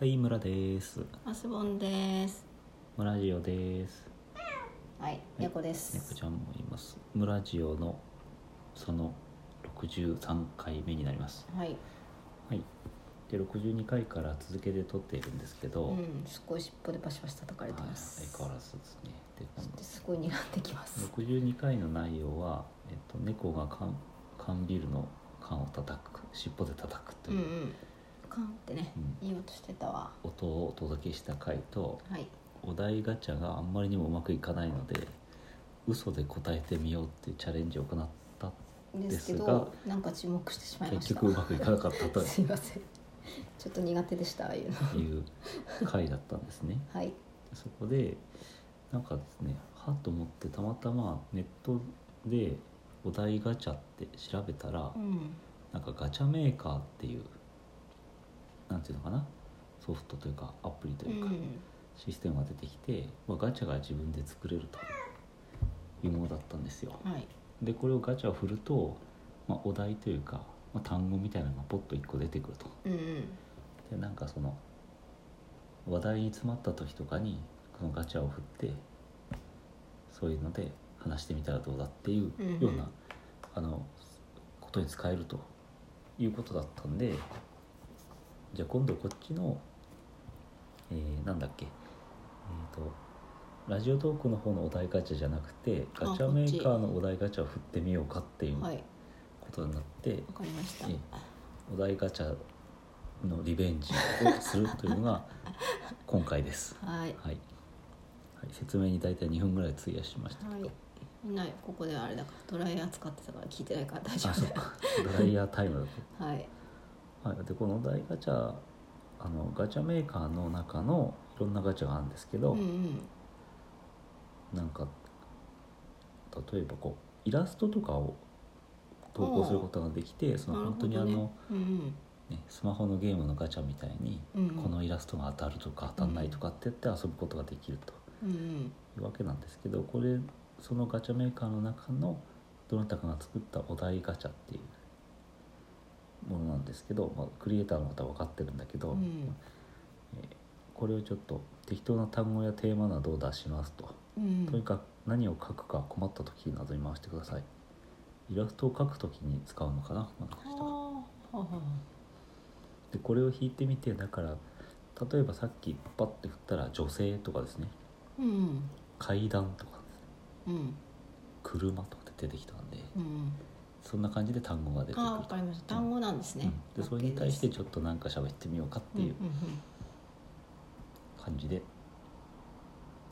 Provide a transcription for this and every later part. はい、村です。マスボンです。村ジオです。はい、猫です。猫ちゃんもいます。村ジオのその63回目になります。はい、はい。で、62回から続けて撮っているんですけど、はうい、ん、すごい尻尾でバシバシ叩かれてます。相変わらずですね。で、このすごい睨んできます。 62回の内容は、えっと、猫が缶缶ビールの缶を叩く、尻尾で叩くとうん、いううんカンってね、ういい音してたわ。音をお届けした回と、はい、お題ガチャがあんまりにもうまくいかないので嘘で答えてみようっていうチャレンジを行ったですけですど、なんか沈黙してしまいま結した。局うまくいかなかった すいません。ちょっと苦手でした、ああいうの。という回だったんですね。はい、そこでなんかですねはっと思ってたまたまネットでお題ガチャって調べたらうん、なんかガチャメーカーっていうなんていうのかなソフトというかアプリとういうかん、システムが出てきて、まあ、ガチャが自分で作れるというものだったんですよ。はい、でこれをガチャを振ると、まあ、お題というか、まあ、単語みたいなのがポッと1個出てくるとうんうん、でなんかその話題に詰まった時とかにこのガチャを振ってそういうので話してみたらどうだっていううんうんような、あのことに使えるということだったんでじゃあ今度こっちの、えーなんだっけえっ、とラジオトークの方のお題ガチャじゃなくてあガチャメーカーのお題ガチャを振ってみようかっていうはい、ことになってわかりました。えお題ガチャのリベンジをするというの が今回です、はい、はいはい、説明に大体2分ぐらい費やしましたはい、みんなここであれだから、ドライヤー使ってたから聞いてないから大丈あそ夫っかドライヤータイムだはい、と、はい、でこのお題ガチャあのガチャメーカーの中のいろんなガチャがあるんですけうど、んうん、なんか例えばこうイラストとかを投稿することができてそのなる本ほ当どにあねの、うんうん。ね、スマホのゲームのガチャみたいに、うんこのイラストが当たるとか当たんないとかって言って遊ぶことができるとうんうんいうわけなんですけどこれそのガチャメーカーの中のどなたかが作ったお題ガチャっていうものなんですけど、まあ、クリエイターの方は分かってるんだけど、うんこれをちょっと適当な単語やテーマなどを出しますと。うんとにかく何を書くか困った時などに回してくださいイラストを描く時に使うのかななんかあーしたらはあはでこれを引いてみてだから例えばさっきパッて振ったら女性とかですねあうん階段とかうん車とかって出てきたんでうんそんな感じで単語が出てくあるーわかりました単語なんですと、ね、うん、でそれに対して OK でちょっとなんか喋ってみようかっすていううんうんうん感じで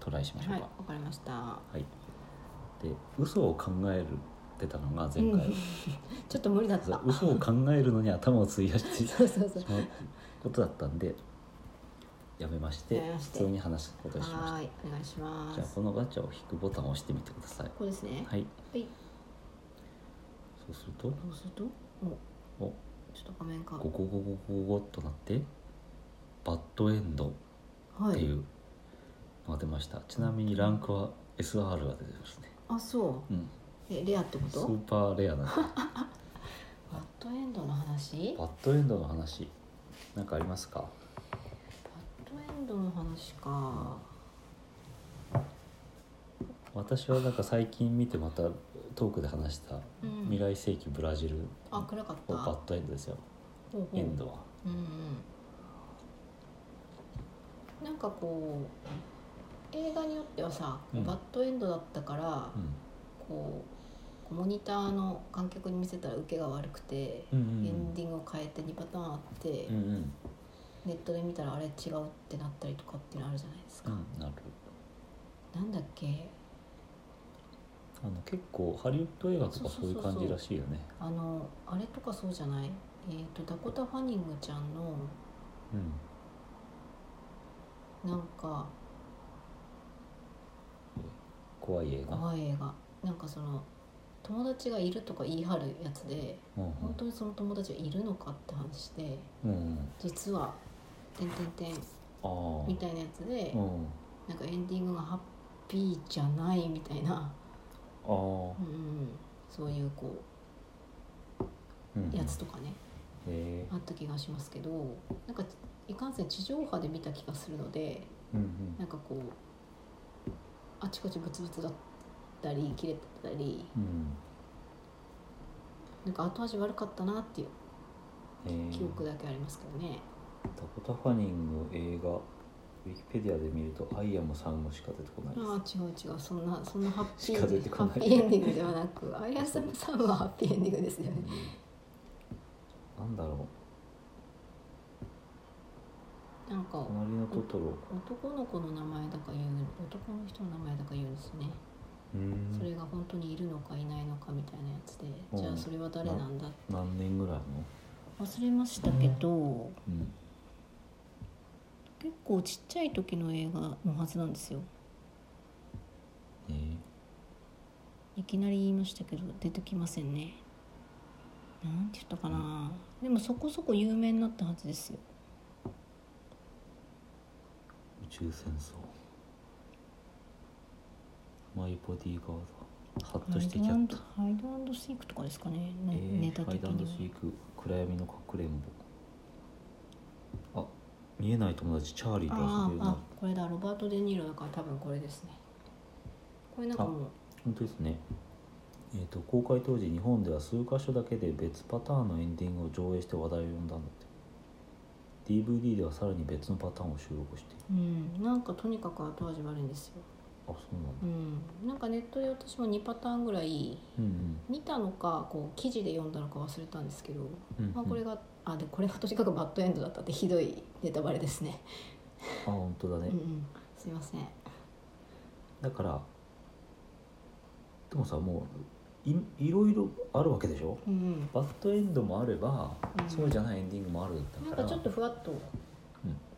トライしましょうはいかわかりましたはい、で嘘を考えるってたのが前回、うんちょっと無理だったそう嘘を考えるのに頭を費やしてそうそうそうそのことだったんでやめましてやめまして普通に話すことにしまはしーいお願いしたまじゃあすこのガチャを引くボタンを押してみてくださいここですねはいはいそうするとそうするとおおちょっと画面かゴゴゴゴゴゴっとなってバッドエンドはっていいうのが出ました、ちなみにランクは SR が出てますねあそううんえレアってこスとーパーレ アなんですバッドエンドの話バッドエンドの話なんかありますかバッドエンドの話か私はなんか最近見てまたトークで話したうん未来世紀ブラジルあ暗かったをバッドエンドですよ、ほうほうエンドはうんうん、なんかこう映画によってはさ、うんバッドエンドだったから、うこうモニターの観客に見せたら受けが悪くて、んうんうんエンディングを変えて2パターンあって、うんうんネットで見たらあれ違うってなったりとかっていうのあるじゃないですうか、んなるなんだっけあの結構ハリウッド映画とかそういう感じらしいよねあのあれとかそうじゃないえっ、とダコタ・ファニングちゃんのうんなんか怖い映画怖い映画なんかその友達がいるとか言い張るやつでうん本当にその友達はいるのかって話してうんうん実は「てんてんてん」ああみたいなやつでうんなんかエンディングがハッピーじゃないみたいな、ああうんうん、そういうこうんうやつとかね、えあった気がしますけどなんかいかんせん地上波で見た気がするのでうんうんなんかこうあちこちブツブツだったり切れてたりうんなんか後味悪かったなっていうえー記憶だけありますけどね、ダコタ・ファニングの映画ウィキペディアで見ると「アイアムサム」しか出てこないですああ違う違うそんなそんなハッピー近づいてこハないッピーエンディングではなくアイアスムさんはハッピーエンディングですよねうんなんだろなんかう隣のトトロ男の子の名前だか言う男の人の名前だか言うんですね、うーんそれが本当にいるのかいないのかみたいなやつで、うんじゃあそれは誰なんだ何年ぐらいの忘れましたけど、うん結構ちっちゃい時の映画のはずなんですよえーいきなり言いましたけど出てきませんねなんて言ったかなでもそこそこ有名になったはずですよ宇宙戦争マイボディーガードハッとしてキャットハイドアンドシークとかですかね、ねえーネタハイ的ドアンドにシはーク暗闇のかくれんぼあ見えない友達チャーリーと遊あべるああなこれだロバート・デ・ニーロだから多分これですねこれなんかもう本当ですねえー、と公開当時日本では数箇所だけで別パターンのエンディングを上映して話題を呼んだんだって DVD ではさらに別のパターンを収録しているうんなんかとにかく後味悪いんですよあそうなんうだんなんかネットで私も2パターンぐらいうん見たのかこう記事で読んだのか忘れたんですけど、うんうんうんまあ、これがあでこれがとにかくバッドエンドだったってひどいネタバレですねあ本当だね、うんうんすいませんだからでもさもういいろいろあるわけでしょうんバッドエンドもあれば、うんそうじゃないエンディングもあるんうんなだかんからちょっとふわっと、んち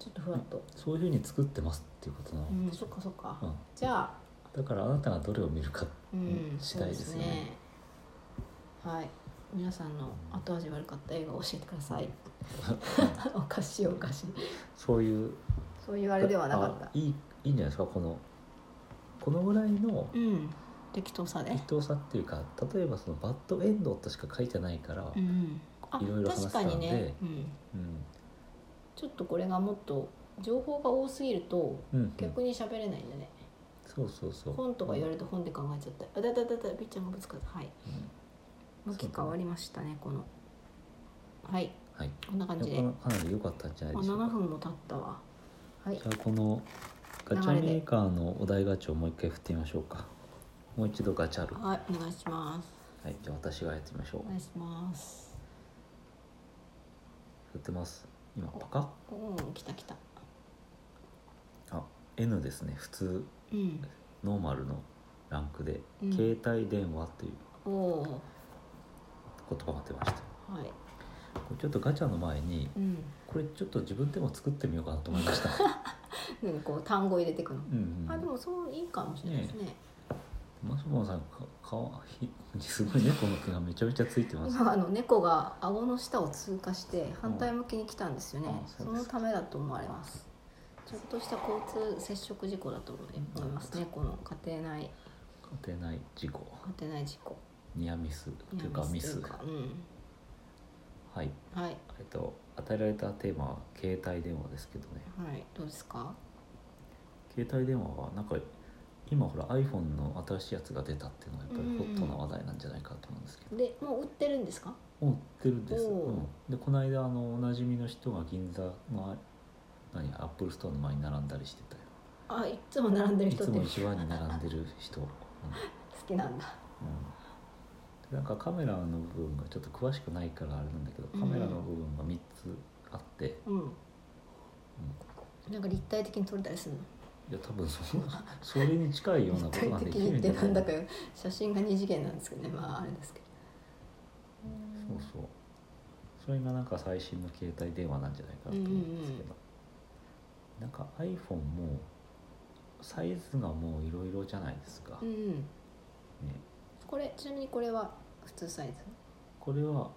ょっとふわっとそういうふうに作ってますっていうことなの、うん、そっかそっか、うんじゃあだからあなたがどれを見るかうん、次第ですねそうはい皆さんの後味悪かった映画を教えてくだ さいおかしいおかしいそういうそういうああれではなかったいいいいんじゃないですかこのこのぐらいのうん適当さで適当さっていうか例えばそのバッドエンドとしか書いてないから、ううんんあいろいろ話確したんかでにね、うん、ちょっとこれがもっと情報が多すぎるとうんうん逆に喋れないんだね、そうそうそう本とか言われると本で考えちゃったあだだだだびっちゃんがぶつかったはいうん向き変わりましたねこのはいはいこんな感じでこのかなり良かったんじゃあないでしょう7か分も経ったわはいじゃあこのガチャメーカーのお題ガチャをもう一回振ってみましょうかもう一度ガチャるははい、お願いします。いじゃあ私がやってみましょおう願いします。振ってます今パカッおお、来た来た。あ N ですね普通うん。ノーマルのランクで、うん携帯電話というおお言葉が出ましたー、はい。これちょっとガチャの前にうん。これちょっと自分でも作ってみようかなと思いました なんかこう単語入れてくの。うん、うあ、でん、もそういいかもしれないですね。マシュボンさんかかわいいすごい猫の毛がめちゃめちゃついてます今あの猫が顎の下を通過して反対向きに来たんですよね。うんあそそうですのためだと思われます。ちょっとした交通接触事故だと思いますね。この家庭内勝てない事故家庭内事故。ニアミスというかミスというかはいうん。はいえっと与えられたテーマは携帯電話ですけどねはい。どうですか？携帯電話はなんか今ほら iPhone の新しいやつが出たっていうのがやっぱりホットな話題なんじゃないかと思うんですけど、で、もう売ってるんですか？持ってるんです、おううんでこの間あのおなじみの人が銀座のあ何アップルストアの前に並んだりしてたよあ、いつも並んでるい人っつても好一番に並んでる人、うんきなんだ。うんでなんかカメラの部分がちょっと詳しくないからあれなんだけどカメラの部分が3つあって、うん。なんか立体的に撮れたりするの。いや多分そそれに近いようなこ立と体がで的きるにんっじゃてなないんだか写真が二次元なんですけどね、まああれですけど。そうそうそれがなんか最新の携帯電話なんじゃないかなと思うんですけど、なんか iPhone もサイズがもういろいろじゃないですか、うんうん。ね、これちなみにこれは普通サイズ。これは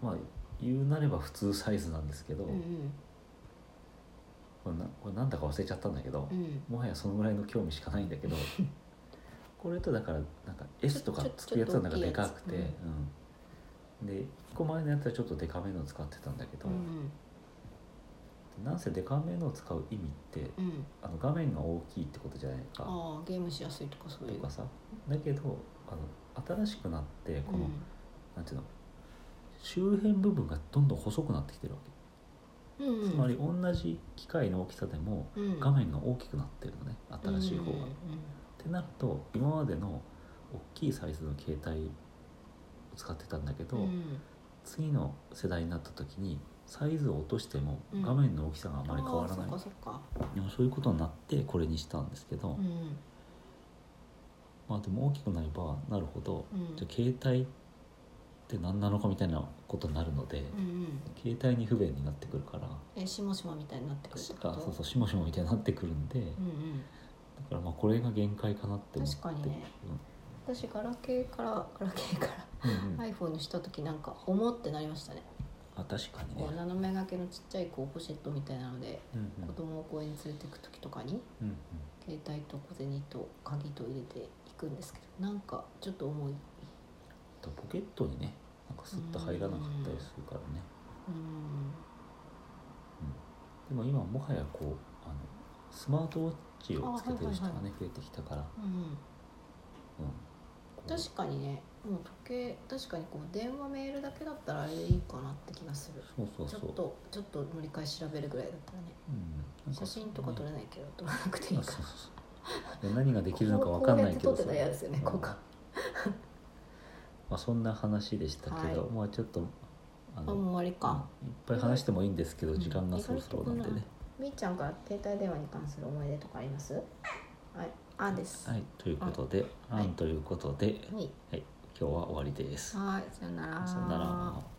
まあ言うなれば普通サイズなんですけど、うんうんこれなこれなんだか忘れちゃったんだけどう、ん。もはやそのぐらいの興味しかないんだけ どこれとだからなんか S とかつくやつはなんかでかくて、ちょうんちょっと大きいやつで1個前のやつはちょっとデカめのを使ってたんだけど、うんなんせデカめのを使う意味ってうんあの画面が大きいってことじゃないかああゲームしやすいとかそうというかさだけどあの新しくなってこうの、んなんていうの周辺部分がどんどん細くなってきてるわうんけ、うんつまり同じ機械の大きさでもうん画面が大きくなってるのね新しい方が。うんうんっ、てなると今までの大きいサイズの携帯を使ってたんだけど、うん次の世代になった時にサイズを落としてもうん画面の大きさがあまり変わらない、ああそっかそっかでもそういうことになってこれにしたんですけど、うんまあでも大きくなればなるほど、うんじゃあ携帯って何なのかみたいなことになるので、うんうん携帯に不便になってくるからえしもしもみたいになってくるって確こかとそうそうしもしもみたいになってくるんで、だうんうんからまあこれが限界かなって思って確かにね私ガラケーからガラケーからうんうんうん iPhone にした時なんか重ってなりましたねあ確かにねこう斜め掛けのちっちゃいこうポシェットみたいなのでうんうん子供を公園に連れてく時とかにうんうん携帯と小銭と鍵と入れていくんですけどなんかちょっと重いあとポケットにねなんかスッと入らなかったりするからね、うんでも今もはやこうあのスマートウォッチをつけてる人がね、あはいはい増えてきたから、うんうんこう確かにねもう時計確かにこう電話メールだけだったらあれでいいかなって気がするそうそうちそょうっとちょっと乗り換え調べるぐらいだったらねうんなん写真とか撮れなないけど撮らなくていいそかうそうそうで何ができるのかわかんないけどこうこうやって撮ってたやつよねそうこうかうんまあそんな話でしたけど、はいまあちょっとあらあもう終わりか、うんいっぱい話してもいいんですけど、うん時間がそろそろなんでね、みーちゃんから携帯電話に関する思い出とかありますはいあですはいということで、はいあんということで、はいはい、今日は終わりですはいさよならさよなら